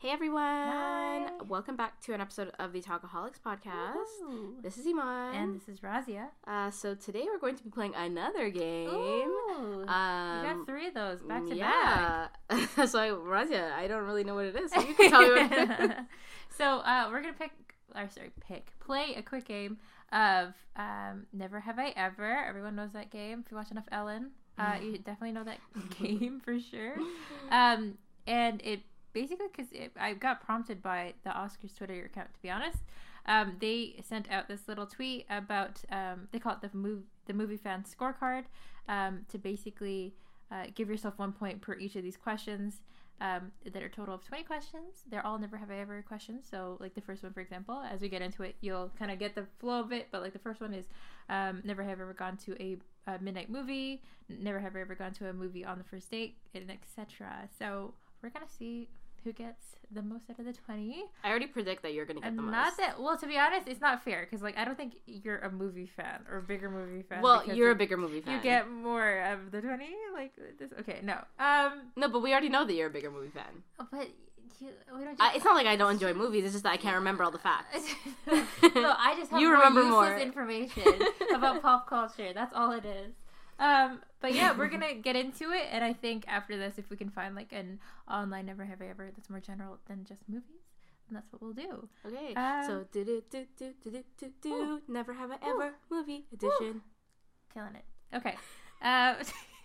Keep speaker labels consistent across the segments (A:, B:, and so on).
A: Hey everyone!
B: Hi.
A: Welcome back to an episode of the Talkaholics podcast.
B: Woohoo.
A: This is Iman.
B: And this is Razia.
A: uh, so today we're going to be playing another game.
B: Ooh.
A: Um,
B: you got three of those back to back.
A: yeah. That's why, Razia, I don't really know what it is. So you can tell me what it is.
B: so uh, we're gonna pick, or sorry, pick, play a quick game of um, Never Have I Ever. Everyone knows that game. If you watch enough Ellen, uh,
A: Mm.
B: you definitely know that game for sure. Um, and it basically because I got prompted by the Oscars Twitter account. To be honest, um, they sent out this little tweet about um, they call it the movie the movie fan scorecard um, to basically uh, give yourself one point per each of these questions um, that are a total of 20 questions they're all never have i ever questions so like the first one for example as we get into it you'll kind of get the flow of it but like the first one is um, never have I ever gone to a, a midnight movie never have I ever gone to a movie on the first date and etc so we're gonna see who gets the most out of the 20
A: I already predict that you're going to get
B: and
A: the most.
B: not that well to be honest it's not fair because like i don't think you're a movie fan or a bigger movie fan
A: well,
B: because
A: you're a
B: of-
A: bigger movie fan.
B: you get more of the 20 like this okay no um
A: No, but we already know that you're a bigger movie fan.
B: but you, we don't
A: I, it's not like I don't enjoy movies, it's just that I can't remember all the facts.
B: no i just have
A: You
B: more
A: remember
B: useless
A: more.
B: information about pop culture that's all it is um but yeah we're gonna get into it and i think after this if we can find like an online never have i ever that's more general than just movies then that's what we'll do
A: Okay,
B: Um,
A: so do do do do do do do do.
B: Ooh.
A: Never have I ever movie edition.
B: killing it okay uh,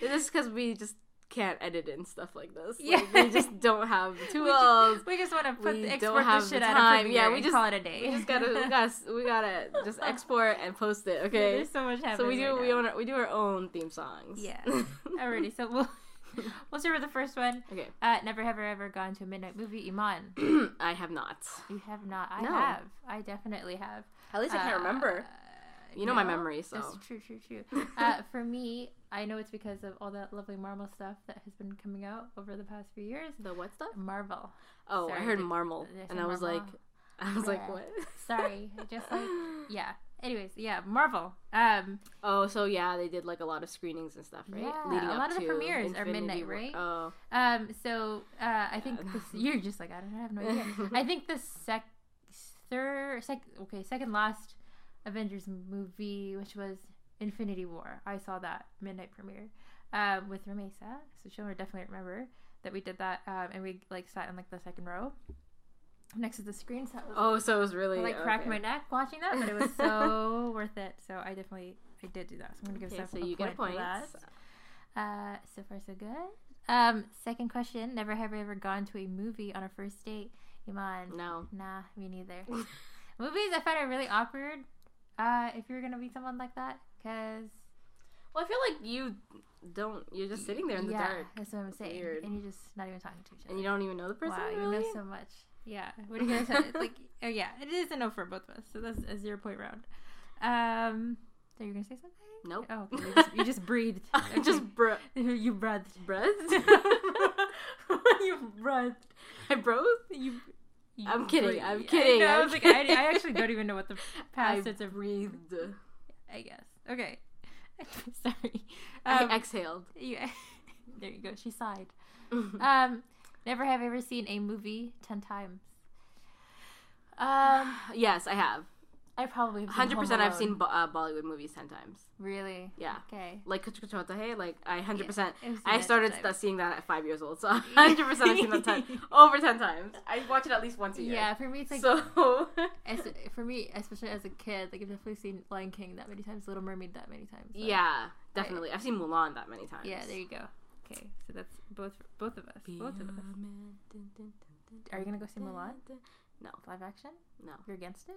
A: This is because we just can't edit in stuff like this. Like,
B: Yeah.
A: we just don't have the
B: we ju-
A: tools.
B: We just, want to put
A: We
B: the
A: don't
B: export
A: have
B: the
A: the
B: shit out of
A: time.
B: Premiere
A: Yeah, we
B: and
A: just-
B: call it a day.
A: We just gotta, we gotta, we gotta just export and post it. Okay.
B: There's so much happening.
A: So we do,
B: right
A: we
B: now.
A: own, our, we do our own theme songs.
B: Yeah. Alrighty, so we'll we'll start with the first one.
A: okay.
B: Uh, never have I ever gone to a midnight movie. Iman,
A: I have not.
B: you have not. I
A: No.
B: have. I definitely have.
A: At least I can't
B: Uh,
A: remember. You know my
B: no,
A: memory, so.
B: That's true, true, true. uh, for me, I know it's because of all that lovely Marvel stuff that has been coming out over the past few years.
A: The what stuff?
B: Marvel.
A: Oh, I
B: Sorry,
A: heard
B: the-
A: marmal,
B: there's
A: and
B: a
A: I was
B: marmal.
A: like, I was like,
B: Yeah.
A: what?
B: Sorry, I just like yeah. Anyways, yeah, Marvel. Um,
A: Oh, so yeah, they did like a lot of screenings and stuff, right?
B: Yeah, a lot of the premieres are midnight,
A: War-
B: right?
A: Oh,
B: Um, so uh, I think
A: Yeah.
B: this, you're just like I don't have no idea. I think the sec third sec okay second last Avengers movie, which was Infinity War. I saw that midnight premiere um, with Ramesa, so she'll definitely remember that we did that, um, and we like sat in like the second row next to the screen. So that was,
A: oh, so it was really
B: I, like cracked
A: okay.
B: my neck watching that, but it was so worth it. So I definitely I did do that. So I'm gonna give
A: Okay,
B: Steph
A: so
B: a
A: you get a
B: point
A: point.
B: for that. Uh, so far so good. Um, second question: Never have I ever gone to a movie on a first date? Iman,
A: No.
B: nah, me neither. Movies, I find are really awkward. Uh, if you're gonna meet someone like that, because
A: Well, I feel like you don't. You're just sitting there in the
B: yeah,
A: dark,
B: that's what I'm saying,
A: Weird.
B: and you're just not even talking to each other.
A: and you don't even know the person.
B: wow,
A: really?
B: you know so much. Yeah, what are you gonna say? It's like, oh yeah, it is a no for both of us. So that's a zero point round. Um, so you're gonna say something?
A: Nope.
B: Oh, okay. you, just, you just breathed.
A: I just bro-
B: Okay. you breathed.
A: breath.
B: you breathed.
A: I bro.
B: You, you
A: I'm kidding,
B: breathe.
A: I'm
B: I
A: kidding,
B: know, I,
A: I'm
B: was like,
A: kidding.
B: I, I actually don't even know what the
A: I
B: past tense of breathe.
A: breathed.
B: I guess. Okay. Sorry. Um,
A: I exhaled.
B: yeah. there you go. She sighed. Um, never have I ever seen a movie ten times. Um,
A: yes, I have.
B: I probably have seen
A: Hundred percent.
B: Home
A: I've seen
B: Alone.
A: Bo- uh, Bollywood movies ten times.
B: really.
A: Yeah.
B: Okay.
A: Like Kuch Kuch Hota Hai. Like I hundred percent.
B: I've seen
A: I
B: that
A: started
B: type.
A: st- seeing that at five years old, so hundred percent I've seen that ten, over ten times. I watch it at least once a year.
B: Yeah, for me it's like
A: so
B: as, for me, especially as a kid, like I've definitely seen Lion King that many times, Little Mermaid that many times. like-
A: yeah, definitely. I've seen Mulan that many times.
B: yeah. There you go. Okay, so that's both both of us. Both of us. Are you gonna go see Mulan? Live action?
A: No.
B: You're against it?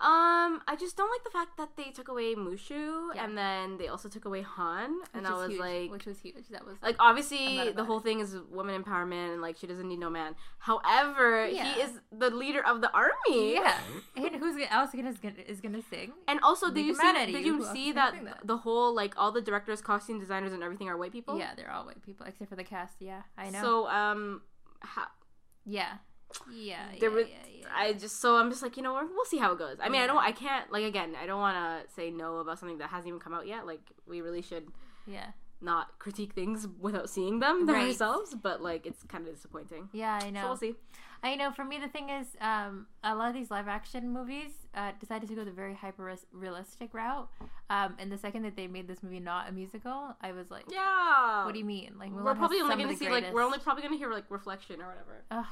A: Um, I just don't like the fact that they took away Mushu
B: Yeah.
A: and then they also took away Han, and
B: Which
A: I
B: is
A: was
B: huge,
A: like,
B: which was huge. That was
A: like
B: I'm not
A: obviously the
B: about
A: whole
B: it.
A: thing is woman empowerment and like she doesn't need no man. However,
B: Yeah.
A: he is the leader of the army.
B: yeah. and who's gonna- else gonna, is gonna is gonna sing?
A: And also, did
B: Make
A: you
B: them mad
A: see?
B: at
A: Did
B: you.
A: you
B: Who else
A: see
B: is
A: that,
B: doing that?
A: the whole like all the directors, costume designers, and everything are white people?
B: Yeah, they're all white people except for the cast. Yeah, I know.
A: So um, ha-
B: yeah, yeah,
A: there
B: yeah,
A: was
B: yeah, yeah.
A: I just so I'm just like you know we're- we'll see how it goes. I mean I
B: Yeah.
A: don't I can't like again I don't want to say no about something that hasn't even come out yet. Like we really should
B: yeah.
A: not critique things without seeing them
B: Right.
A: themselves, but like it's kind of disappointing.
B: Yeah, I know.
A: So we'll see.
B: I know. For me, the thing is, um, a lot of these live action movies uh, decided to go the very hyper res- realistic route. Um, and the second that they made this movie not a musical, I was like,
A: Yeah.
B: "What do you mean? Like, Mulan
A: We're
B: has
A: probably only
B: some of
A: going to
B: the
A: see like we're only
B: greatest-
A: probably going to hear like reflection or whatever.
B: Ugh.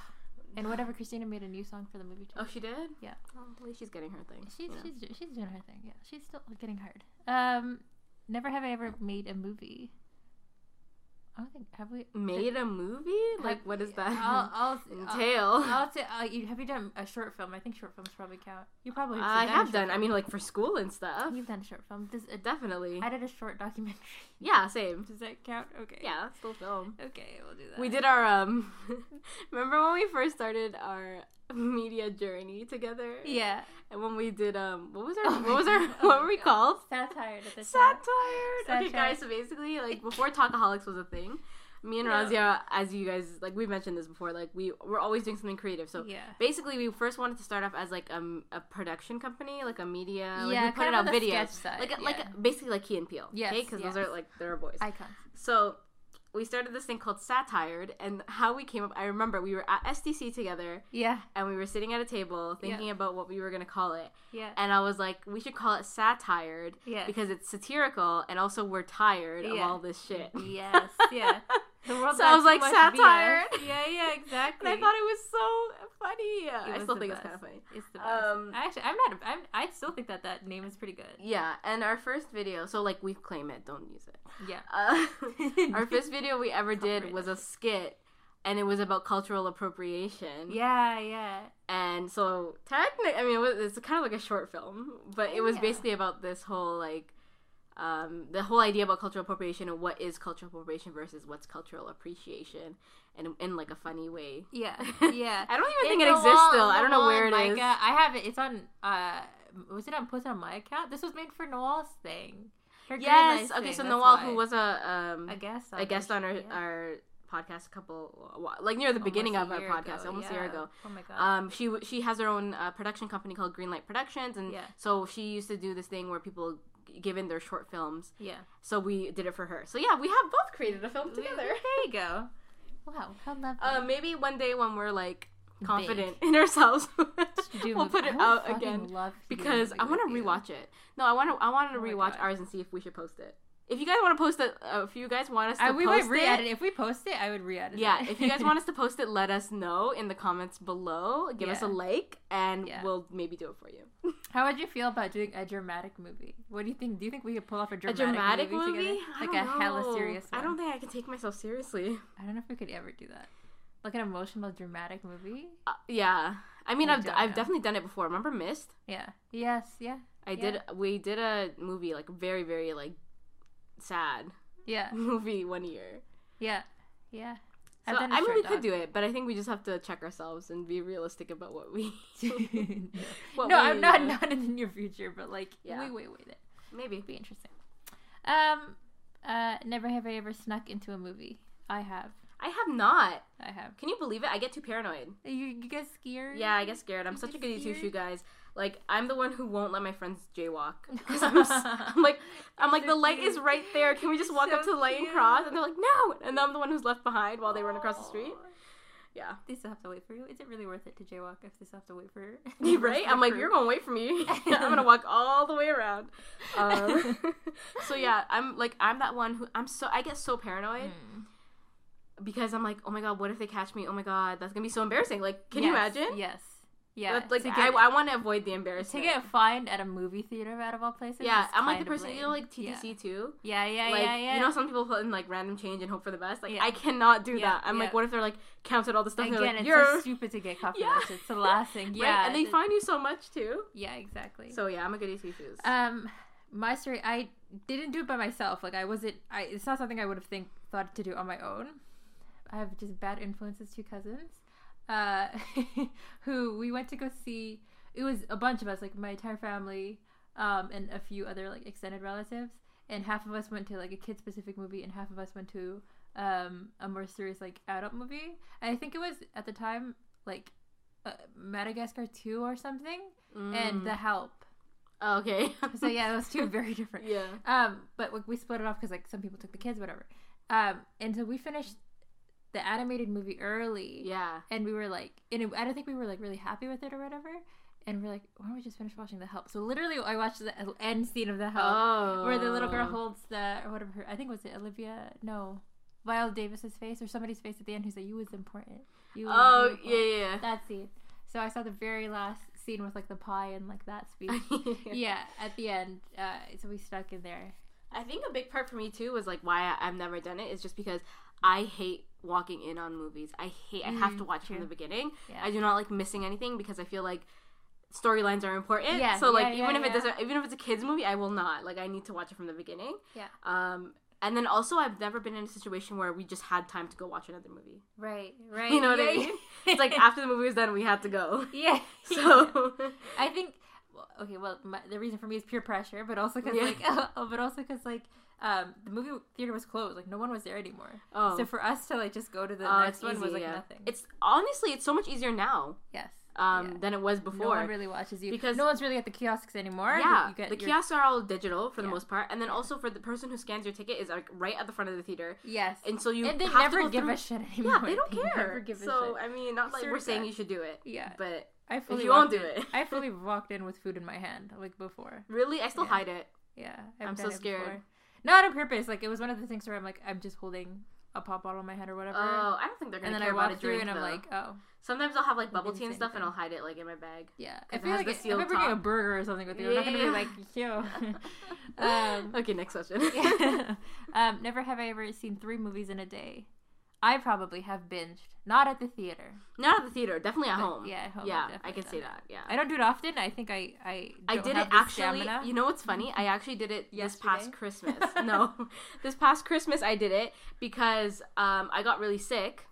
B: And whatever, Christina made a new song for the movie too.
A: Oh, she did.
B: Yeah.
A: Oh, at least she's getting her thing.
B: She's
A: you know.
B: she's do- she's doing her thing. Yeah, she's still getting hard. Um, never have I ever made a movie. I don't think have we
A: made a movie. Like, what does that
B: I'll, I'll, I'll,
A: entail?
B: I'll say, uh, you, have you done a short film? I think short films probably count. You probably
A: I
B: a
A: have
B: short
A: done. I
B: film.
A: mean, like for school and stuff.
B: you've done a short film. Does it,
A: Definitely.
B: I did a short documentary.
A: Yeah, same.
B: Does that count? Okay.
A: Yeah, it's still film.
B: Okay, we'll do that.
A: We did our um. remember when we first started our media journey together?
B: Yeah.
A: And when we did um, what was our
B: Oh my
A: what was our
B: God. Oh
A: what
B: my
A: were we
B: God.
A: called?
B: Satire at the
A: Satired.
B: time.
A: Okay,
B: Satired.
A: guys. So basically, like before Talkaholics was a thing, me and
B: Yeah.
A: Razia, as you guys like, we mentioned this before. Like we were always doing something creative. So
B: Yeah.
A: basically, we first wanted to start off as like um, a production company, like a media. Like,
B: Yeah,
A: we put
B: kind
A: it
B: of
A: out
B: on the
A: videos,
B: sketch side,
A: like
B: yeah.
A: like basically like Key and Peele.
B: Yes,
A: because those
B: yes.
A: are like they're our boys.
B: Icons.
A: So we started this thing called Satired, and how we came up. I remember we were at SDC together,
B: Yeah.
A: and we were sitting at a table
B: Yeah.
A: thinking about what we were gonna call it.
B: Yeah.
A: And I was like, we should call it Satired
B: Yeah.
A: because it's satirical, and also we're tired of
B: Yeah.
A: all this shit.
B: yes. Yeah. The world
A: So I
B: got
A: was
B: too
A: like,
B: much
A: satire.
B: BS. Yeah. Yeah. Exactly.
A: And I thought it was so funny.
B: It
A: I
B: was
A: still
B: the
A: think it's
B: best.
A: kind of funny.
B: It's the best.
A: Um,
B: I actually, I'm not. I'm, I still think that that name is pretty good.
A: yeah, and our first video, so like we claim it, don't use it.
B: Yeah.
A: Uh, our first video we ever did was a skit, and it was about cultural appropriation.
B: Yeah, yeah.
A: And so technically, I mean, it was, it's kind of like a short film, but it was
B: Oh, Yeah.
A: basically about this whole like. Um, the whole idea about cultural appropriation and what is cultural appropriation versus what's cultural appreciation, and in like a funny way.
B: Yeah. Yeah.
A: I don't even think
B: In
A: it
B: the
A: exists
B: wall-
A: still. I
B: the
A: don't know
B: wall
A: where
B: in
A: it is.
B: Micah, I have it. It's on. uh Was it on posted on my account? This was made for Noel's thing. Her Green
A: Yes.
B: Lights
A: Okay.
B: thing,
A: So
B: that's
A: Noel,
B: why.
A: who was a um
B: a guest, on
A: a guest
B: her
A: on our
B: show, yeah.
A: our podcast, a couple wa- like near the
B: Almost
A: beginning
B: a
A: of our
B: year
A: podcast,
B: ago,
A: almost a year
B: yeah.
A: ago.
B: Oh my god.
A: Um, she w- she has her own uh, production company called Greenlight Productions, and
B: Yeah.
A: so she used to do this thing where people g- give in their short films.
B: yeah.
A: So we did it for her. So yeah, we have both created a film
B: We-
A: together.
B: There you go. Wow. How lovely.
A: Uh, maybe one day when we're like confident in ourselves,
B: Dude,
A: we'll put
B: I
A: it
B: would
A: out
B: fucking
A: again.
B: Love to do a
A: because
B: movie
A: I want to
B: with you.
A: rewatch it. No, I want to. I want to
B: Oh my
A: rewatch
B: God.
A: ours and see if we should post it. If you guys want to post it, uh, if you guys want us to
B: I, we
A: post
B: might re-edit
A: it,
B: it. if we post it. I would re-edit.
A: yeah.
B: it.
A: If you guys want us to post it, let us know in the comments below. Give us a
B: Yeah.
A: like, and
B: Yeah.
A: we'll maybe do it for you.
B: How would you feel about doing a dramatic movie? What do you think? Do you think we could pull off a
A: A dramatic
B: dramatic, movie,
A: movie,
B: together?
A: I
B: Like
A: don't
B: a hella
A: know.
B: serious one.
A: I don't think I can take myself seriously.
B: I don't know if we could ever do that. Like an emotional dramatic movie?
A: Uh, yeah, I mean,
B: I
A: I've
B: don't
A: I've
B: know.
A: definitely done it before. Remember Mist?
B: Yeah. Yes, yeah.
A: I did. We did a movie like very very like sad
B: Yeah.
A: movie one year.
B: Yeah. Yeah.
A: So, I mean, we could do it, but I think we just have to check ourselves and be realistic about what we.
B: do
A: what
B: No,
A: we-
B: I'm not not in the near future, but like
A: Yeah.
B: wait, wait, wait. It
A: Maybe.
B: would be interesting. Um uh never have I ever snuck into a movie. I have.
A: I have not.
B: I have.
A: Can you believe it? I get too paranoid.
B: You you guys scared?
A: Yeah, I get scared. I'm
B: You
A: such a
B: get
A: goody two shoe,
B: scared?
A: guys. Like I'm the one who won't let my friends jaywalk because I'm, s- I'm like I'm like
B: so
A: the light is
B: cute.
A: right there. Can we just
B: You're
A: walk
B: so
A: up to the light and
B: cute.
A: cross? And they're like, no. And I'm the one who's left behind while they run across the street.
B: Aw.
A: Yeah,
B: They still have to wait for you. Is it really worth it to jaywalk if they still have to wait for
A: right. I'm like, you're gonna wait for me. I'm gonna walk all the way around. Um, so yeah, I'm like I'm that one who I'm so I get so paranoid.
B: Mm.
A: because I'm like, oh my god, what if they catch me? Oh my god, that's gonna be so embarrassing. Like, can you
B: Yes,
A: imagine?
B: Yes. Yeah.
A: That's, like,
B: to
A: I,
B: get,
A: I want to avoid the
B: to
A: embarrassment.
B: get fined at a movie theater out of all places.
A: yeah,
B: is
A: I'm like
B: kind
A: the
B: of
A: person you know,
B: lame.
A: like TTC too.
B: Yeah, yeah, yeah,
A: like,
B: yeah. yeah.
A: you know, some people put in like random change and hope for the best. Like,
B: Yeah.
A: I cannot do
B: Yeah,
A: that. I'm like,
B: yeah.
A: what if they're like counted all the stuff? and they're
B: Again,
A: like,
B: it's
A: you're
B: so stupid to get caught for
A: Yeah.
B: that shit. It's the last thing. Yeah.
A: right, and they
B: the-
A: find you so much too.
B: Yeah, exactly.
A: So yeah, I'm a goody two shoes.
B: um, my story, I didn't do it by myself. Like I wasn't. I. It's not something I would have think thought to do on my own. I have just bad influences. Two cousins, uh, who we went to go see. It was a bunch of us, like my entire family, um, and a few other like extended relatives. And half of us went to like a kid specific movie, and half of us went to um, a more serious like adult movie. I think it was at the time like uh, Madagascar two or something,
A: Mm.
B: and The Help.
A: Oh, okay.
B: So yeah, those two are very different.
A: yeah.
B: Um, but like, we split it off because like some people took the kids, whatever. Um, and so we finished the animated movie early.
A: Yeah.
B: And we were like, and it, I don't think we were like really happy with it or whatever. And we're like, why don't we just finish watching The Help? So literally, I watched the uh, end scene of The Help,
A: Oh.
B: where the little girl holds the or whatever. Her, I think was it Olivia? No, Viola Davis's face or somebody's face at the end. Who's like, you was important. You was
A: Oh
B: beautiful."
A: yeah,
B: That scene. So I saw the very last scene with like the pie and like that speech.
A: yeah. yeah.
B: yeah, at the end. Uh, so we stuck in there.
A: I think a big part for me too was like why I, I've never done it is just because I hate walking in on movies. I hate. I have to
B: Mhm,
A: watch
B: true.
A: from the beginning.
B: Yeah.
A: I do not like missing anything because I feel like storylines are important.
B: Yeah,
A: so like
B: yeah, yeah,
A: even if
B: yeah.
A: it doesn't, even if it's a kids movie, I will not. Like I need to watch it from the beginning.
B: Yeah.
A: Um. And then also, I've never been in a situation where we just had time to go watch another movie.
B: right, right.
A: You know what I
B: yeah,
A: mean?
B: yeah.
A: It's like after the movie was done, we had to go.
B: yeah.
A: So
B: I think well, okay. Well, my, the reason for me is peer pressure, but also because
A: Yeah.
B: like, oh, but also because like, um, the movie theater was closed. Like no one was there anymore.
A: oh,
B: So for us to like just go to the
A: Oh,
B: next
A: it's
B: one was
A: easy,
B: like
A: yeah.
B: nothing.
A: it's honestly it's so much easier now
B: yes.
A: um,
B: Yeah.
A: than it was
B: No
A: before.
B: one really watches you
A: Because-
B: because no one's really at the kiosks anymore. You-
A: Yeah,
B: you get
A: the
B: your-
A: kiosks are all digital for the
B: Yeah.
A: most part, and then also for the person who scans your ticket is like right at the front of the theater,
B: Yes,
A: and so you
B: and they
A: have to
B: never
A: go
B: give
A: through-
B: a shit anymore.
A: Yeah, they don't care.
B: never give a
A: so
B: shit.
A: I mean, not like
B: Sure
A: we're
B: as
A: saying
B: heck.
A: you should do it,
B: Yeah,
A: but
B: I fully
A: you won't
B: walked
A: do
B: in-
A: it.
B: I fully walked in with food in my hand, like before.
A: really, I still
B: Yeah.
A: hide it.
B: Yeah, I've
A: I'm so
B: done it
A: scared.
B: before. Not on purpose. Like it was one of the things where I'm like, I'm just holding a pop bottle in my hand or whatever,
A: Oh, I don't think they're gonna
B: and then
A: care
B: I
A: about
B: walk
A: a
B: through
A: drink.
B: and I'm
A: though.
B: like, oh
A: sometimes I'll have like bubble
B: didn't
A: tea and
B: say
A: stuff, and
B: anything.
A: I'll hide it like in my bag.
B: yeah. I
A: it
B: feel
A: has
B: like
A: the
B: it, I
A: sealed
B: remember getting a
A: top.
B: burger or something with you. I'm not gonna be
A: Yeah.
B: like, yo. um,
A: okay, next question.
B: yeah. um, never have I ever seen three movies in a day. I probably have binged, not at the theater.
A: Not at the theater, definitely at
B: But,
A: home.
B: yeah, at home I've
A: yeah, I
B: definitely
A: can
B: done
A: see
B: that.
A: that. Yeah.
B: I don't do it often. I think I I,
A: I
B: don't
A: did
B: have
A: it
B: the
A: actually.
B: stamina.
A: You know what's funny? I actually did it this past
B: Yesterday?
A: Christmas. no, this past Christmas I did it because um, I got really sick.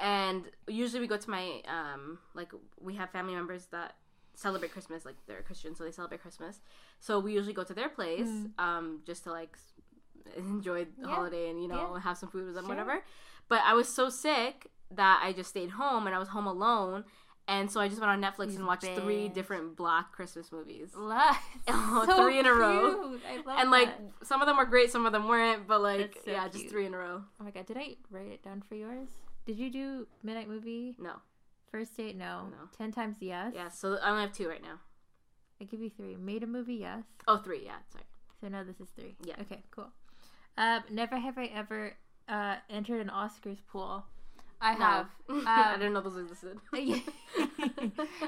A: And usually we go to my um, like we have family members that celebrate Christmas, like they're Christian, so they celebrate Christmas. So we usually go to their place
B: Mm.
A: um, just to like s- enjoy the
B: Yeah.
A: holiday and you know
B: Yeah.
A: have some food with them,
B: Sure.
A: whatever. But I was so sick that I just stayed home and I was home alone. And so I just went on Netflix
B: You
A: and watched three
B: bitch.
A: different black Christmas movies.
B: Love.
A: Oh,
B: So
A: three in a row.
B: cute. I love
A: And like
B: that.
A: some of them were great, some of them weren't, but like
B: That's so
A: yeah,
B: cute.
A: just three in a row.
B: oh my god, did I write it down for yours? Did you do midnight movie
A: No.
B: first date? No.
A: No.
B: Ten times yes.
A: Yeah, so I only have two right now.
B: I give you three. Made a movie yes.
A: Oh, three, yeah, sorry.
B: So now this is three.
A: Yeah.
B: Okay. Cool. Um, never have I ever uh, entered an Oscars pool. I
A: No.
B: have.
A: I
B: Um,
A: didn't know those existed.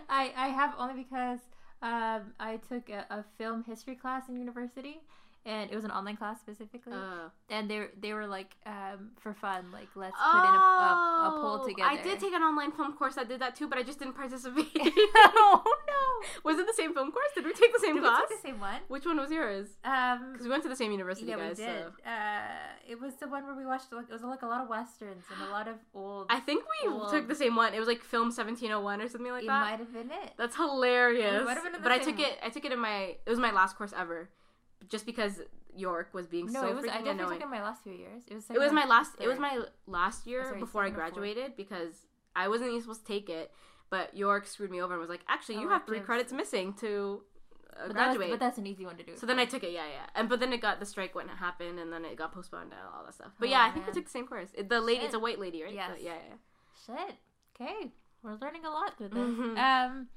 B: I I have only because um, I took a, a film history class in university, and it was an online class specifically.
A: Uh,
B: and they they were like um, for fun, like let's put in a, a, a poll
A: Oh,
B: together.
A: I did take an online film course that did that too, but I just didn't participate.
B: oh no!
A: was it the same film course? Did we take the same
B: Did we
A: class?
B: take the same one?
A: Which one was yours?
B: Um,
A: Because we went to the same university,
B: yeah,
A: guys.
B: we did.
A: So.
B: Uh, it was the one where we watched like it was like a lot of westerns and a lot of old.
A: I think we
B: Well-
A: took the same one. It was like film 1701 or something like
B: it
A: that.
B: might have been it.
A: That's hilarious.
B: We might have been in the
A: but I
B: same
A: took it. I took it in my. It was my last course ever, just because York was being
B: no,
A: so
B: it was. I
A: freaking
B: definitely
A: annoying.
B: took it in my last few years. It was.
A: It was
B: second
A: my
B: or
A: last. It was
B: third.
A: my last year
B: sorry,
A: before I
B: second or fourth.
A: graduated because I wasn't even supposed to take it, but York screwed me over and was like, "Actually, you have three
B: Electives.
A: credits missing to uh,
B: Oh, But, that was-
A: graduate."
B: but that's an easy one to do.
A: so then I took it. Yeah, yeah. And but then it got the strike when it happened, and then it got postponed and all that stuff. But
B: Oh,
A: yeah, I think
B: man.
A: we took the same course. It, the lady,
B: Shit.
A: it's a white lady, right?
B: Yes.
A: So, yeah, yeah.
B: Shit. Okay. We're learning a lot through this.
A: Mhm.
B: Um,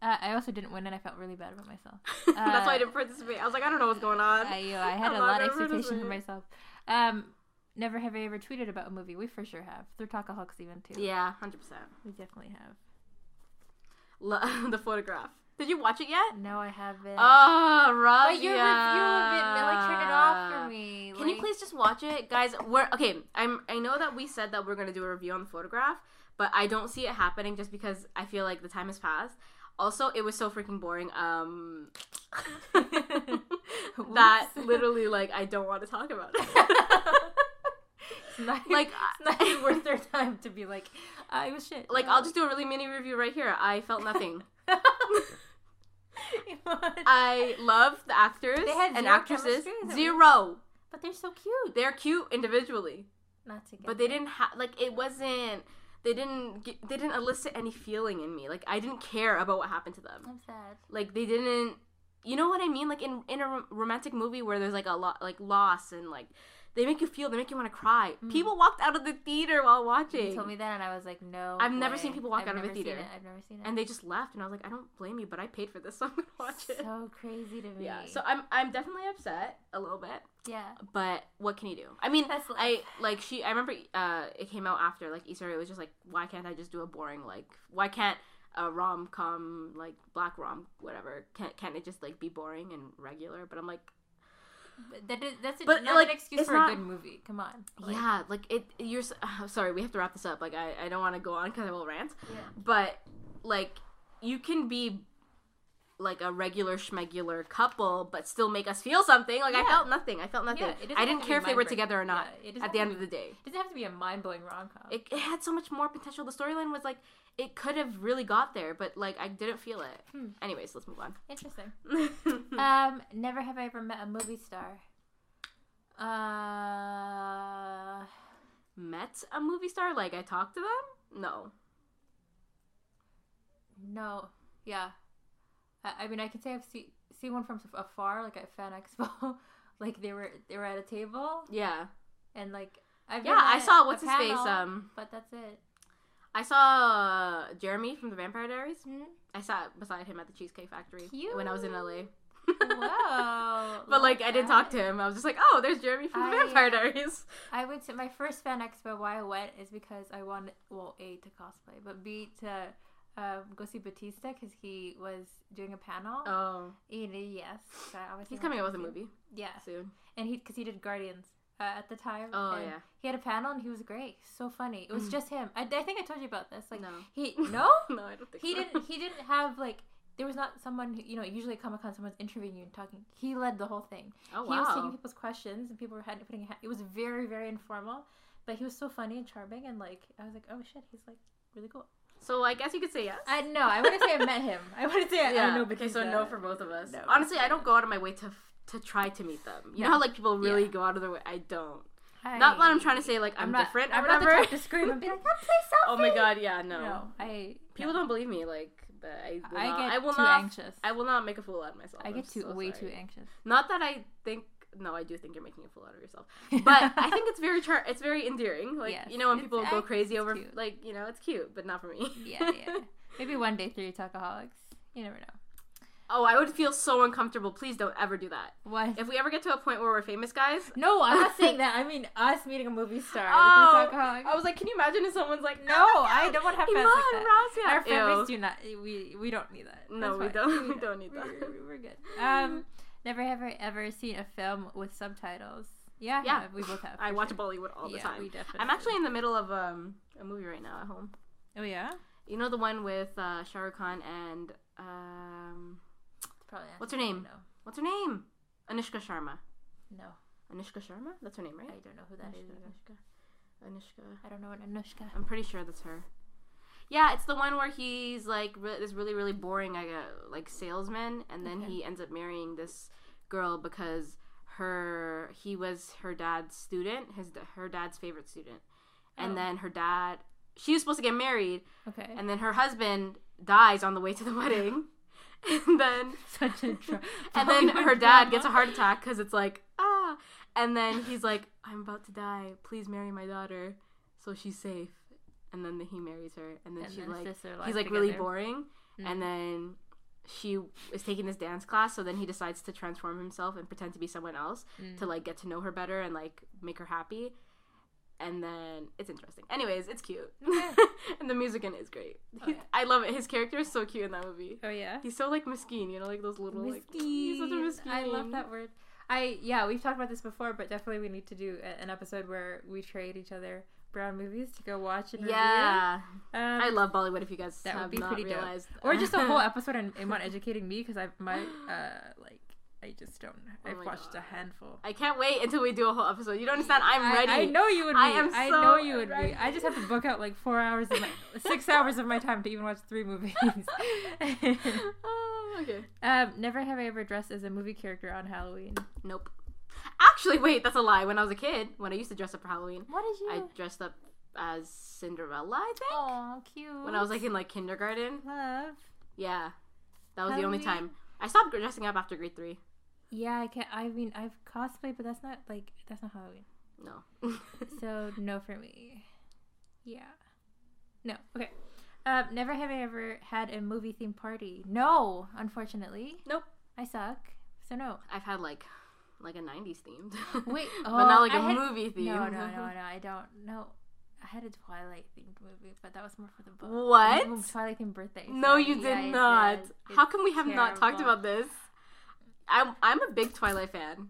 B: uh, I also didn't win, and I felt really bad about myself.
A: That's why
B: Uh,
A: I didn't participate. I was like, I don't know what's going on.
B: I, you know, I had
A: I'm
B: a
A: not
B: lot of
A: gonna ruin
B: expectations for
A: it.
B: myself. Um, never have I ever tweeted about a movie. We for sure have through Talkaholics even too.
A: yeah, hundred percent.
B: we definitely have.
A: Lo- the photograph. Did you watch it yet?
B: No, I haven't.
A: Oh, Razia.
B: but your review of it, Millie, turn it off for me.
A: Can you
B: like-
A: please just watch it, guys? We're okay. I'm. I know that we said that we're gonna do a review on the photograph, but I don't see it happening just because I feel like the time has passed. Also, it was so freaking boring. Um, that
B: Whoops.
A: literally, like, I don't want to talk about it.
B: It's not,
A: like,
B: it's not even worth their time to be like,
A: "Ah,
B: I was shit.
A: like I'll just do a really mini review right here. I felt nothing. I love the actors
B: They had
A: and
B: zero
A: actresses.
B: chemistry, is that
A: Zero.
B: but they're so cute.
A: They're cute individually,
B: Not together.
A: but they didn't have like it wasn't they didn't g they didn't elicit any feeling in me. Like I didn't care about what happened to them.
B: I'm sad.
A: Like they didn't. You know what I mean? Like in in a rom- romantic movie where there's like a lot like loss and like they make you feel they make you want to cry.
B: Mm.
A: People walked out of the theater while watching.
B: You told me that, and I was like, no.
A: I've never
B: way.
A: seen people walk
B: I've
A: out of a
B: never seen
A: theater.
B: it. I've never seen it.
A: and they just left, and I was like, I don't blame you, but I paid for this, so I'm gonna watch it.
B: So crazy to me.
A: Yeah, so I'm I'm definitely upset a little bit,
B: yeah,
A: but what can you do? I mean,
B: That's
A: I
B: life.
A: like she. I remember uh, it came out after like Easter. It was just like, why can't I just do a boring like? Why can't a rom com like black rom whatever? Can't can't it just like be boring and regular? But I'm like,
B: but that is, that's a,
A: But,
B: not
A: like,
B: an excuse
A: it's
B: for
A: not-
B: a good movie. Come on. Like,
A: yeah, like it. You're s- sorry. We have to wrap this up. Like I I don't want to go on because I will rant.
B: yeah.
A: but like you can be like a regular schmegular couple but still make us feel something like i
B: Yeah.
A: felt nothing i felt nothing
B: Yeah, it doesn't
A: i
B: have
A: didn't
B: to be
A: care if they were
B: mind-breaking.
A: together or not
B: Yeah, it doesn't
A: at the
B: have
A: end of
B: to
A: the day
B: It doesn't have to be a mind blowing rom com.
A: it, it had so much more potential the storyline was like it could have really got there but like i didn't feel it
B: Hmm.
A: anyways let's move Uh, on
B: Interesting. Um, never have I ever met a movie star. Uh,
A: met a movie star like i talked to them no
B: no. Yeah. I, I mean, I could say I've seen seen one from afar, like at Fan Expo. like they were they were at a table
A: yeah
B: and like I've
A: yeah
B: been
A: i
B: at
A: saw
B: a
A: what's his face
B: panel,
A: um
B: but that's it.
A: i saw uh, jeremy from the vampire diaries
B: Hmm?
A: I sat beside him at the Cheesecake Factory when I was in LA.
B: Whoa!
A: but like I didn't talk to
B: him.
A: him. I was just like, oh, there's Jeremy from the
B: I-
A: Vampire Diaries.
B: I went to my first fan expo. Why I went is because I wanted, well, a to cosplay, but b to um, go see Batista because he was doing a panel.
A: Oh,
B: And, uh, yes, so I obviously
A: he's coming out with
B: went to
A: a
B: see him.
A: movie
B: Yeah,
A: soon.
B: and he because he did Guardians uh, at the time.
A: Oh
B: and
A: yeah,
B: he had a panel and he was great, so funny. It was
A: Mhm.
B: just him. I, I think I told you about this. Like
A: No.
B: he no,
A: no, I don't think
B: he
A: so.
B: didn't. He didn't have like. There was not someone who, you know, usually at Comic Con, someone's interviewing you and talking. He led the whole thing
A: Oh
B: he was taking
A: wow.
B: people's questions and people were had putting it was very very informal but he was so funny and charming and like i was like oh shit he's like really cool
A: So I guess you could say yes.
B: i know i wouldn't say i met him i wouldn't say i,
A: yeah.
B: I know
A: okay, so
B: Batista.
A: no for both of us.
B: No.
A: Honestly, I don't go out of my way to f- to try to meet them. You know how like people really
B: Yeah.
A: go out of their way. I don't.
B: I,
A: Not that I'm trying to say like I'm,
B: I'm not-
A: different or
B: i'm not the
A: whatever.
B: type to scream and be like let's play selfie
A: oh my god, yeah, no.
B: no i
A: People don't believe me. Like, but I will
B: i
A: not,
B: get
A: I will
B: too
A: not
B: anxious
A: I will not make a fool out of myself.
B: I
A: I'm
B: get too
A: so
B: way
A: sorry.
B: too anxious
A: Not that I think. No, I do think you're making a fool out of yourself, but I think it's very char- it's very endearing. Like
B: Yes,
A: you know when
B: it's-
A: people
B: I
A: go
B: think
A: crazy
B: it's
A: over
B: cute.
A: like you know it's cute, but not for me.
B: yeah yeah maybe one day through talkaholics you never know
A: oh, I would feel so uncomfortable. Please don't ever do that.
B: what
A: If we ever get to a point where we're famous, guys.
B: no i'm not saying that i mean us meeting a movie star
A: Oh,
B: through talkaholics
A: I was like, can you imagine if someone's like,
B: No, I don't want to have fans
A: Elon
B: like that.
A: Musk, yeah.
B: Our families
A: Ew.
B: do not. We we don't need that.
A: No, we
B: That's fine.
A: don't- we don't need that.
B: We're, we're- we're good. Um, never have I ever seen a film with subtitles. Yeah, I
A: Yeah.
B: have. we both have.
A: I
B: for
A: watch
B: sure.
A: Bollywood all the
B: yeah,
A: time.
B: We definitely.
A: I'm actually in the middle of um, a movie right now at home.
B: Oh yeah.
A: You know the one with uh, Shah Rukh Khan and um,
B: Probably. not
A: What's her
B: something
A: name? What's her name? Anushka Sharma.
B: I know.
A: Anushka Sharma? That's her name,
B: No,
A: right?
B: I don't know who that is. either.
A: Anushka. Anushka.
B: I don't know what Anushka.
A: I'm pretty sure that's her. Yeah, it's the one where he's like re- this really really boring like, uh, like salesman, and then
B: Okay.
A: he ends up marrying this girl because her he was her dad's student, his her dad's favorite student, and
B: Oh.
A: then her dad she was supposed to get married,
B: Okay.
A: and then her husband dies on the way to the wedding, and then
B: Such a. Dra-
A: and then
B: Bollywood
A: her dad
B: drama.
A: gets a heart attack because it's like, ah. And then he's like, I'm about to die. Please marry my daughter so she's safe. And then he marries her. And then
B: And
A: she's
B: then
A: like,
B: sister lives
A: he's like really
B: together.
A: boring.
B: Mm.
A: And then she is taking this dance class. So then he decides to transform himself and pretend to be someone else
B: Mm.
A: to like get to know her better and like make her happy. And then it's interesting. Anyways, it's cute.
B: Okay.
A: and the music in it is great.
B: Oh,
A: He-
B: yeah.
A: I love it. His character is so cute in that movie.
B: Oh yeah.
A: He's so like mesquite, you know, like those little like. He's such a
B: Mesquite. I love
A: mesquite.
B: that word. I yeah, we've talked about this before, but definitely we need to do a- an episode where we trade each other brown movies to go watch and
A: Yeah,
B: review. Um,
A: I love Bollywood. If you guys
B: that would
A: have
B: be
A: not
B: pretty dope.
A: realized,
B: or just a whole episode in, in one educating me because I my uh like I just don't.
A: Oh
B: I've
A: my
B: watched a
A: God.
B: handful.
A: I can't wait until we do a whole episode. You don't understand. I'm
B: I-
A: ready.
B: I, know you would be.
A: I am
B: I
A: so
B: know you would
A: ready.
B: be. I just have to book out like four hours of my six hours of my time to even watch three movies.
A: oh, okay.
B: um, never have I ever dressed as a movie character on Halloween.
A: Nope. Actually, wait, that's a lie. When I was a kid, when I used to dress up for Halloween,
B: What did you?
A: I dressed up as Cinderella, I think.
B: Oh, cute.
A: When I was like in like kindergarten.
B: love.
A: Yeah. That was
B: How
A: the only
B: we-
A: time. I stopped dressing up after grade three.
B: Yeah, I can. I mean, I've cosplayed, but that's not like that's not Halloween.
A: No.
B: So no for me. Yeah. No. Okay. Um, never have I ever had a movie themed party. No, unfortunately.
A: Nope.
B: I suck. So no.
A: I've had like like a 90s themed.
B: Wait,
A: but not
B: oh,
A: like a
B: I had-
A: movie themed.
B: No, no, no, no. I don't. No. I had a Twilight themed movie, but that was more for the book.
A: What?
B: Mm, Twilight themed birthday.
A: No,
B: sorry.
A: you did
B: Yeah, I
A: not.
B: did.
A: How
B: It's
A: come we have not talked
B: terrible.
A: about this? I'm I'm a big Twilight fan.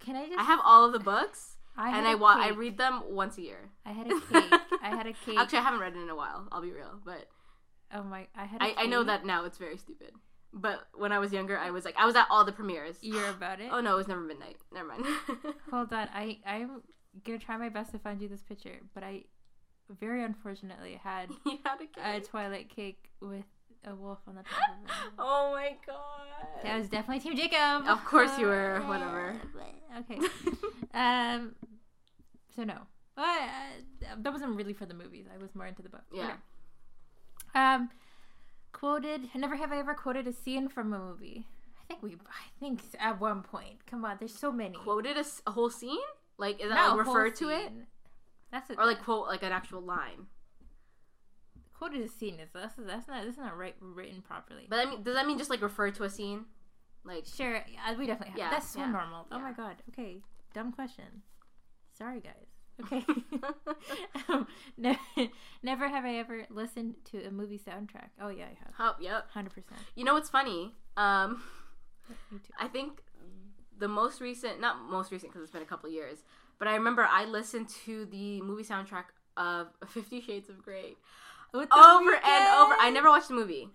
B: Can I just?
A: I have all of the books,
B: I
A: and
B: had
A: I
B: a
A: wa- I
B: cake.
A: read them once a year.
B: I had a cake. I had a cake.
A: Actually, I haven't read it in a while. I'll be real, but
B: oh my! I had. a
A: I, I know
B: cake.
A: that now. It's very stupid. But when I was younger, I was like, I was at all the premieres.
B: You're about it.
A: Oh no, it was never midnight. Never mind.
B: Hold on, I I'm gonna try my best to find you this picture, but I very unfortunately had
A: you had a
B: a
A: kid.
B: Twilight cake with a wolf on the top of it.
A: oh my god.
B: That was definitely Team Jacob.
A: Of course you were, whatever.
B: okay. Um. So no, but uh, that wasn't really for the movies. I was more into the book.
A: Yeah.
B: Okay. Um, quoted. Never have I ever quoted a scene from a movie. I think we. I think at one point. Come on, there's so many.
A: Quoted a, s- a whole scene? Like, is that
B: Not
A: like,
B: a whole
A: uh, refer to it?
B: scene. That's it.
A: Or like quote like an actual line?
B: quoted a scene is that's that's not this is not right, written properly.
A: But I mean, does that mean just like refer to a scene? Like,
B: sure, yeah, we definitely have.
A: Yeah,
B: that's so
A: yeah,
B: normal. Oh
A: yeah.
B: my god. Okay, dumb question. Sorry guys. Okay. um, ne- never have I ever listened to a movie soundtrack. Oh yeah, I have.
A: oh, yep.
B: Hundred percent.
A: You know what's funny? Um,
B: Me too.
A: I think the most recent, not most recent because it's been a couple years, but I remember I listened to the movie soundtrack of Fifty Shades of Grey over and over. I never watched the movie.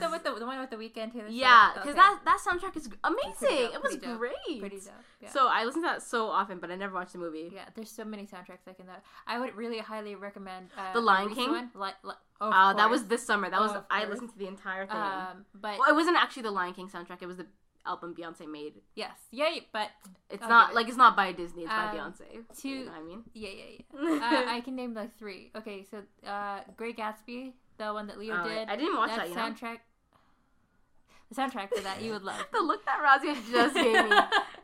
A: because-
B: the, Ah, with the, the one with the weekend Taylor.
A: Yeah,
B: Swift.
A: because
B: Okay.
A: that that soundtrack is amazing.
B: dope,
A: it was
B: pretty dope,
A: great.
B: pretty dope. Yeah.
A: So I listened to that so often, but I never watched the movie.
B: Yeah, there's so many soundtracks like in that. I would really highly recommend uh,
A: The
B: a
A: Lion
B: recent
A: King?
B: One. Li- li- of
A: Uh, that
B: course.
A: was this summer. That was
B: Of
A: I
B: course.
A: listened to the entire thing.
B: Um, but
A: well, it wasn't actually the Lion King soundtrack. It was the album Beyonce made.
B: yes, yay! But
A: It's
B: I'll give
A: not
B: it.
A: like it's not by Disney. It's by
B: Um,
A: Beyonce.
B: to-
A: you know what I mean,
B: yeah, yeah, yeah. uh, I can name like three. Okay, so uh, Great Gatsby, the one that Leo
A: Oh, I-
B: did.
A: I didn't watch
B: that
A: that, you know?
B: soundtrack. The soundtrack for that you would love.
A: the look that Razia just gave me.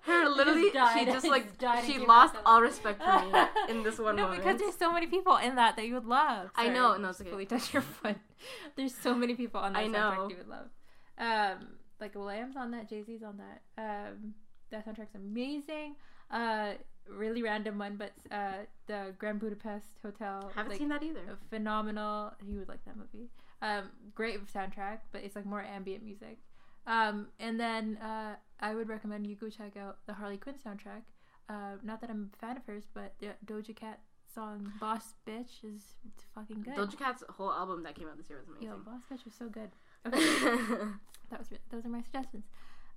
A: Her literally,
B: died.
A: she just
B: Just
A: like
B: died and
A: she
B: came
A: lost
B: back
A: all
B: alive.
A: respect for me in this one
B: no,
A: moment.
B: because there's so many people in that that you would love.
A: I
B: Sorry,
A: know, no, it's
B: just
A: okay.
B: Fully touch your foot. There's so many people on that
A: I know.
B: soundtrack you would love. Um, like Williams on that, Jay Z's on that. Um, that soundtrack's amazing. Uh, really random one, but uh, the Grand Budapest Hotel.
A: haven't
B: like,
A: seen that either.
B: phenomenal. You would like that movie. Um, great soundtrack, but it's like more ambient music. Um, and then uh, I would recommend you go check out the Harley Quinn soundtrack. Uh, not that I'm a fan of hers, but the Doja Cat song "Boss Bitch" is it's fucking good.
A: Doja Cat's whole album that came out this year was
B: Yo,
A: amazing.
B: "Boss Bitch" was so good. Okay, that was those are my suggestions.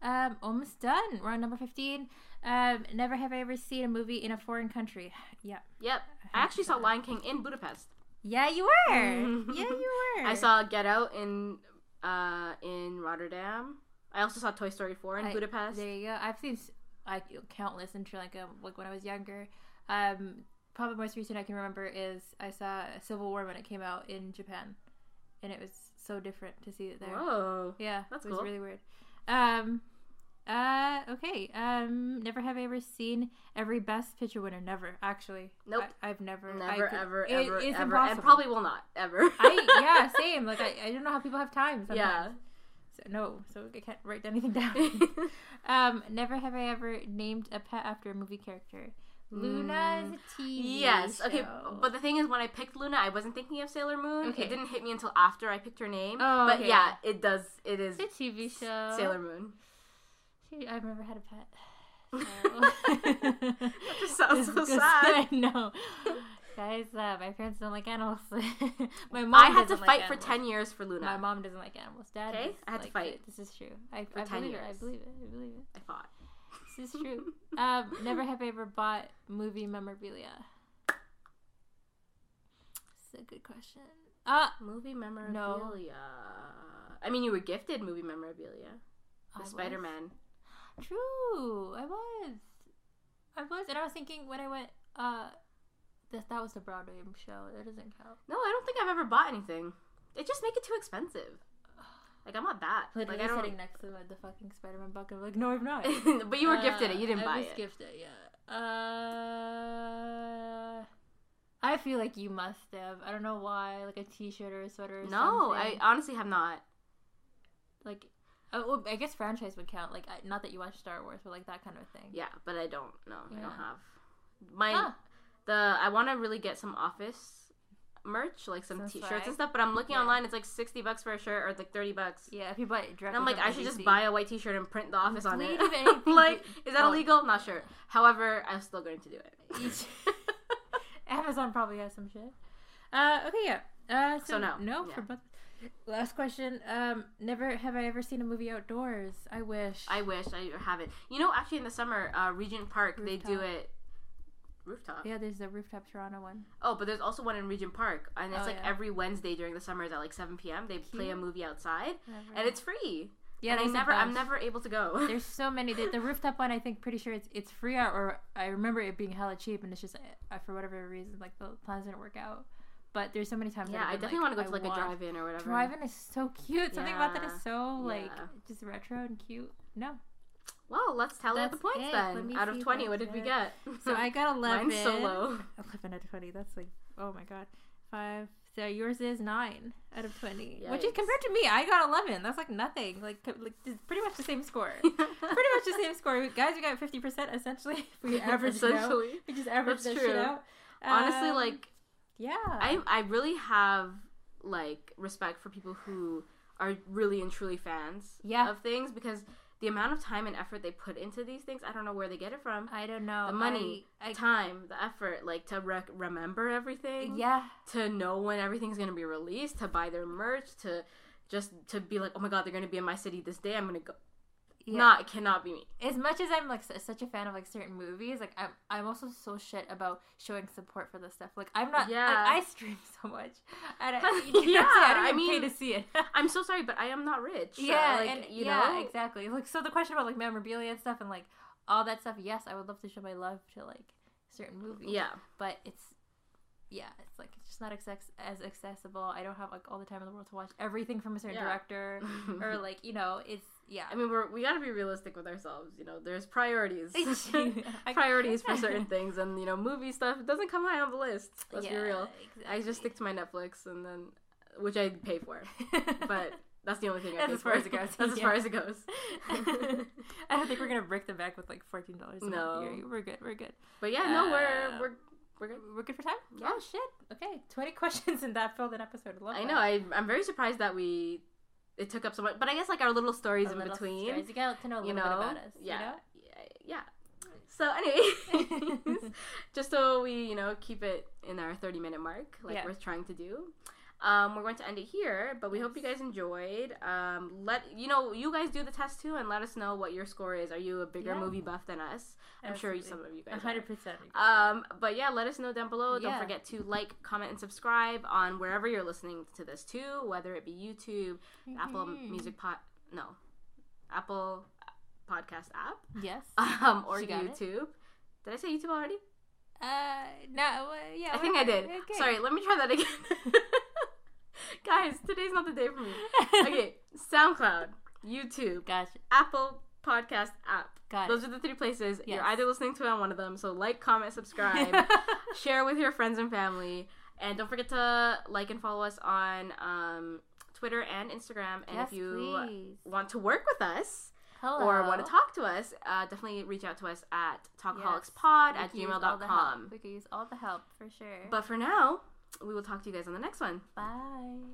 B: Um, almost done. We're on number fifteen. Um, never have I ever seen a movie in a foreign country. yeah,
A: yep, I actually saw Lion King in Budapest.
B: yeah, you were.
A: Mhm.
B: yeah, you were.
A: I saw Get Out in uh in Rotterdam. I also saw Toy Story 4 in
B: I-
A: Budapest.
B: There you go. I've seen s- I countless in Sri Lanka, like when I was younger. Um, probably most recent I can remember is I saw Civil War when it came out in Japan, and it was so different to see it there.
A: Whoa.
B: Yeah,
A: That's
B: it was
A: cool.
B: really weird. Um, uh, okay. Um, never have I ever seen every Best Picture winner. Never actually.
A: Nope.
B: I, have never. I
A: Never,
B: could-
A: ever,
B: it-
A: ever,
B: it's
A: ever, and
B: impossible.
A: probably will not ever.
B: I yeah, same. Like I, I don't know how people have time. Sometimes.
A: Yeah.
B: So, no, so I can't write anything down. Um, never have I ever named a pet after a movie character. Luna's a TV.
A: Hmm. Mm. yes. Okay.
B: show.
A: But the thing is, when I picked Luna, I wasn't thinking of Sailor Moon.
B: Okay.
A: It didn't hit me until after I picked her name.
B: Oh,
A: but
B: okay.
A: yeah, it does. It is
B: it's a TV show.
A: Sailor Moon.
B: She- I've never had a pet. Oh.
A: that just sounds so
B: Disgusting.
A: sad.
B: I know. Guys, uh, my parents don't like animals. my mom.
A: I had to
B: doesn't
A: fight
B: like
A: for
B: animals.
A: ten years for Luna.
B: My mom doesn't like animals. Dad.
A: Okay,
B: does
A: I had to
B: like
A: fight
B: it. This is true. I,
A: for
B: I
A: 10
B: believe it. I
A: years.
B: believe it. I believe it.
A: I fought.
B: This is true. um, never have I ever bought movie memorabilia. It's a good question. Uh,
A: Movie memorabilia. I mean, you were gifted movie memorabilia.
B: I
A: The
B: was.
A: Spider Man.
B: True, I was. I was, and I was thinking when I went uh That that was the Broadway show. That doesn't count.
A: No, I don't think I've ever bought anything. It just make it too expensive. Like I'm not that.
B: Literally
A: like I don't.
B: sitting next to the, the fucking Spider-Man book, and I'm like, no, I'm not.
A: but you were
B: Uh,
A: gifted it. You didn't
B: I
A: buy
B: was
A: it.
B: Gifted, yeah. Uh, I feel like you must have. I don't know why, like a T-shirt or a sweater. Or
A: no, I
B: something.
A: honestly have not.
B: like. Oh, well, I guess franchise would count. Like, I, not that you watch Star Wars, but like that kind of thing.
A: Yeah, but I don't. No, I
B: Yeah.
A: don't have. My
B: Huh.
A: the I want to really get some office merch, like some
B: Some
A: t-shirts
B: swag?
A: and stuff. But I'm looking
B: Yeah.
A: online; it's like sixty bucks for a shirt or like thirty bucks.
B: Yeah, if you buy it directly.
A: And I'm like,
B: from
A: I should just
B: NBC.
A: buy a white T-shirt and print the office on
B: Leave
A: it.
B: if anything
A: like, is that
B: oh.
A: illegal? Not sure. However, I'm still going to do it.
B: Amazon probably has some shit. Uh, okay, yeah. Uh, so,
A: So no.
B: no
A: Yeah.
B: for both. Last question. Um, never have I ever seen a movie outdoors. I wish.
A: I wish I haven't. You know, actually, in the summer, uh, Regent Park they do
B: Rooftop.
A: it rooftop.
B: yeah, there's the rooftop Toronto one.
A: Oh, but there's also one in Regent Park, and it's
B: Oh,
A: like
B: yeah.
A: every Wednesday during the summers at like 7 p.m. They play a
B: Cute.
A: movie outside,
B: Never.
A: and it's free.
B: yeah.
A: and I
B: there's a
A: never, I'm
B: bunch.
A: never able to go.
B: There's so many. The, the rooftop one, I think, pretty sure it's it's free out, or I remember it being hella cheap, and it's just uh, for whatever reason, like the plans didn't work out. But there's so many times.
A: yeah, I definitely want to go to like a drive-in or whatever.
B: Drive-in is so cute. Something about that
A: Yeah.
B: is so like
A: Yeah.
B: just retro and cute. No,
A: Well, let's tally up the
B: That's
A: points
B: it. Let
A: then.
B: me
A: Out of
B: see
A: 20,
B: what
A: what did we
B: I-
A: get?
B: so I got eleven.
A: Mine's so low.
B: 11 out of 20. That's like, oh my god. Five. So yours is nine out of 20. Which is
A: Yikes.
B: compared to me, I got 11. That's like nothing. Like, co- like it's pretty much the same score. pretty much the same score. We- Guys, we got 50% essentially. If we average it out.
A: Essentially.
B: We just average that
A: That's
B: shit
A: true.
B: out.
A: Honestly,
B: Um,
A: like
B: yeah.
A: I, I really have like respect for people who are really and truly fans
B: Yeah.
A: of things because the amount of time and effort they put into these things, I don't know where they get it from.
B: I don't know.
A: the money,
B: I, I,
A: time, the effort, like to rec- remember everything,
B: yeah.
A: to know when everything's gonna be released, to buy their merch, to just to be like, oh my god, they're gonna be in my city this day. I'm gonna go.
B: yeah.
A: Not cannot be me.
B: as much as I'm like s- such a fan of like certain movies, like I'm I'm also so shit about showing support for this stuff. Like I'm not.
A: Yeah.
B: Like, I stream so much. I don't, you know yeah. I
A: Yeah,
B: don't
A: I
B: even
A: mean-
B: pay to see it.
A: I'm so sorry, but I am not rich. Uh,
B: yeah.
A: like
B: and,
A: you
B: yeah,
A: know,
B: Exactly. Like so, the question about like memorabilia and stuff and like all that stuff. Yes, I would love to show my love to like certain movies.
A: yeah.
B: But it's. Yeah, it's like it's just not access- as accessible. I don't have like all the time in the world to watch everything from a certain
A: Yeah.
B: director, or like you know, it's yeah.
A: I mean, we're, we got to be realistic with ourselves. You know, there's priorities,
B: I-
A: priorities for certain things, and you know, movie stuff it doesn't come high on the list. Let's be
B: Yeah,
A: real. I just
B: exactly.
A: stick to my Netflix, and then which I pay for, but that's the only thing I
B: That's
A: pay
B: as far
A: for.
B: as it goes,
A: that's as
B: yeah.
A: far as it goes.
B: I don't think we're gonna break the back with like fourteen dollars.
A: No.
B: we're good. We're good.
A: But yeah, no,
B: Uh,
A: we're we're we're good.
B: We're good for time.
A: Yeah.
B: Oh shit. Okay, twenty questions and that filled an episode. I Love
A: I
B: that.
A: know. I I'm very surprised that we it took up so much, but I guess like our little stories
B: A
A: in
B: little
A: between.
B: stories. You got to know a little
A: you know,
B: bit about us.
A: yeah, yeah, yeah. So, anyway, just so we, you know, keep it in our 30 minute mark, like
B: Yeah.
A: we're trying to do. Um, we're going to end it here, but we hope you guys enjoyed. Um, let you know, you guys do the test too, and let us know what your score is. Are you a bigger
B: Yeah.
A: movie buff than us? I'm sure some of you guys.
B: hundred
A: Are.
B: percent.
A: Um, but yeah, let us know down below.
B: Yeah.
A: Don't forget to like, comment, and subscribe on wherever you're listening to this too, whether it be YouTube, Apple
B: Mm-hmm.
A: Music Pod, no, Apple Podcast app
B: Yes.
A: um, or
B: She got it.
A: YouTube. Did I say YouTube already?
B: Uh, no. uh, yeah.
A: I
B: we're
A: think I
B: good.
A: did.
B: We're good.
A: Sorry, let me try that again. Guys, today's not the day for me. Okay, SoundCloud, YouTube,
B: Gotcha.
A: Apple Podcast app.
B: Got
A: Those are the three places.
B: Yes.
A: You're either listening to it on one of them, so like, comment, subscribe,
B: it.
A: share with your friends and family, and don't forget to like and follow us on um, Twitter and Instagram. And
B: yes,
A: if you
B: please.
A: want to work with us,
B: Hello.
A: or want to talk to us, uh, definitely reach out to us at
B: Yes.
A: talkaholics.pod
B: We
A: at
B: could use all the help.
A: gmail.com.
B: We could use all the help for sure.
A: But for now, we will talk to you guys on the next one.
B: Bye.